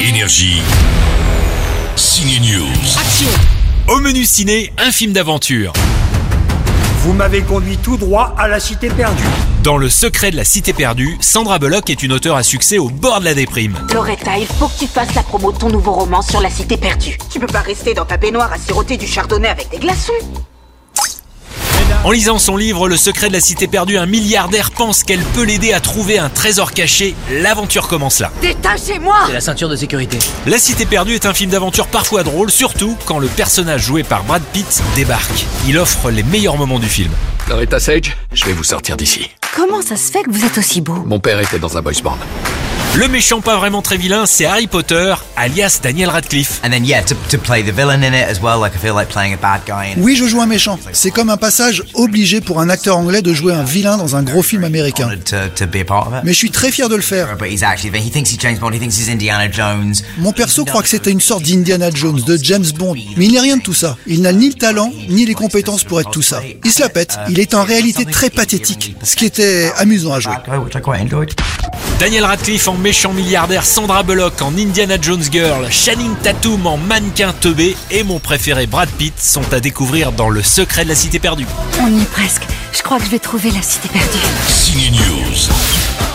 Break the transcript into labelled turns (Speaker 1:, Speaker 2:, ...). Speaker 1: Énergie. Signe News.
Speaker 2: Au menu ciné, un film d'aventure.
Speaker 3: Vous m'avez conduit tout droit à la cité perdue.
Speaker 2: Dans Le secret de la cité perdue, Sandra Bullock est une auteure à succès au bord de la déprime.
Speaker 4: Loretta, il faut que tu fasses la promo de ton nouveau roman sur la cité perdue.
Speaker 5: Tu peux pas rester dans ta baignoire à siroter du chardonnay avec des glaçons.
Speaker 2: En lisant son livre Le secret de la cité perdue, un milliardaire pense qu'elle peut l'aider à trouver un trésor caché. L'aventure commence là.
Speaker 4: Détachez-moi
Speaker 6: C'est la ceinture de sécurité.
Speaker 2: La cité perdue est un film d'aventure parfois drôle, surtout quand le personnage joué par Brad Pitt débarque. Il offre les meilleurs moments du film.
Speaker 7: Loretta Sage, je vais vous sortir d'ici.
Speaker 4: Comment ça se fait que vous êtes aussi beau
Speaker 7: Mon père était dans un boys band.
Speaker 2: Le méchant pas vraiment très vilain, c'est Harry Potter, alias Daniel Radcliffe.
Speaker 8: And then yeah, to, to play the villain in it as well. Like I feel like playing a bad guy. In
Speaker 9: Oui, je joue un méchant. C'est comme un passage obligé pour un acteur anglais de jouer un vilain dans un gros film américain.
Speaker 8: Honored to, to be a part of it.
Speaker 9: Mais je suis très fier de le faire.
Speaker 8: But he's actually he thinks he's James Bond. He thinks he's Indiana Jones.
Speaker 9: Mon perso croit que c'était une sorte d'Indiana Jones, de James Bond, mais il n'est rien de tout ça. Il n'a ni le talent, ni les compétences pour être tout ça. Il se la pète, il est en réalité très pathétique, ce qui était amusant à jouer.
Speaker 8: Bad guy, which I quite enjoyed.
Speaker 2: Daniel Radcliffe en méchant milliardaire, Sandra Bullock en Indiana Jones Girl, Channing Tatum en mannequin teubé et mon préféré Brad Pitt sont à découvrir dans Le secret de la cité perdue.
Speaker 4: On y est presque. Je crois que je vais trouver la cité perdue.
Speaker 1: Signe News.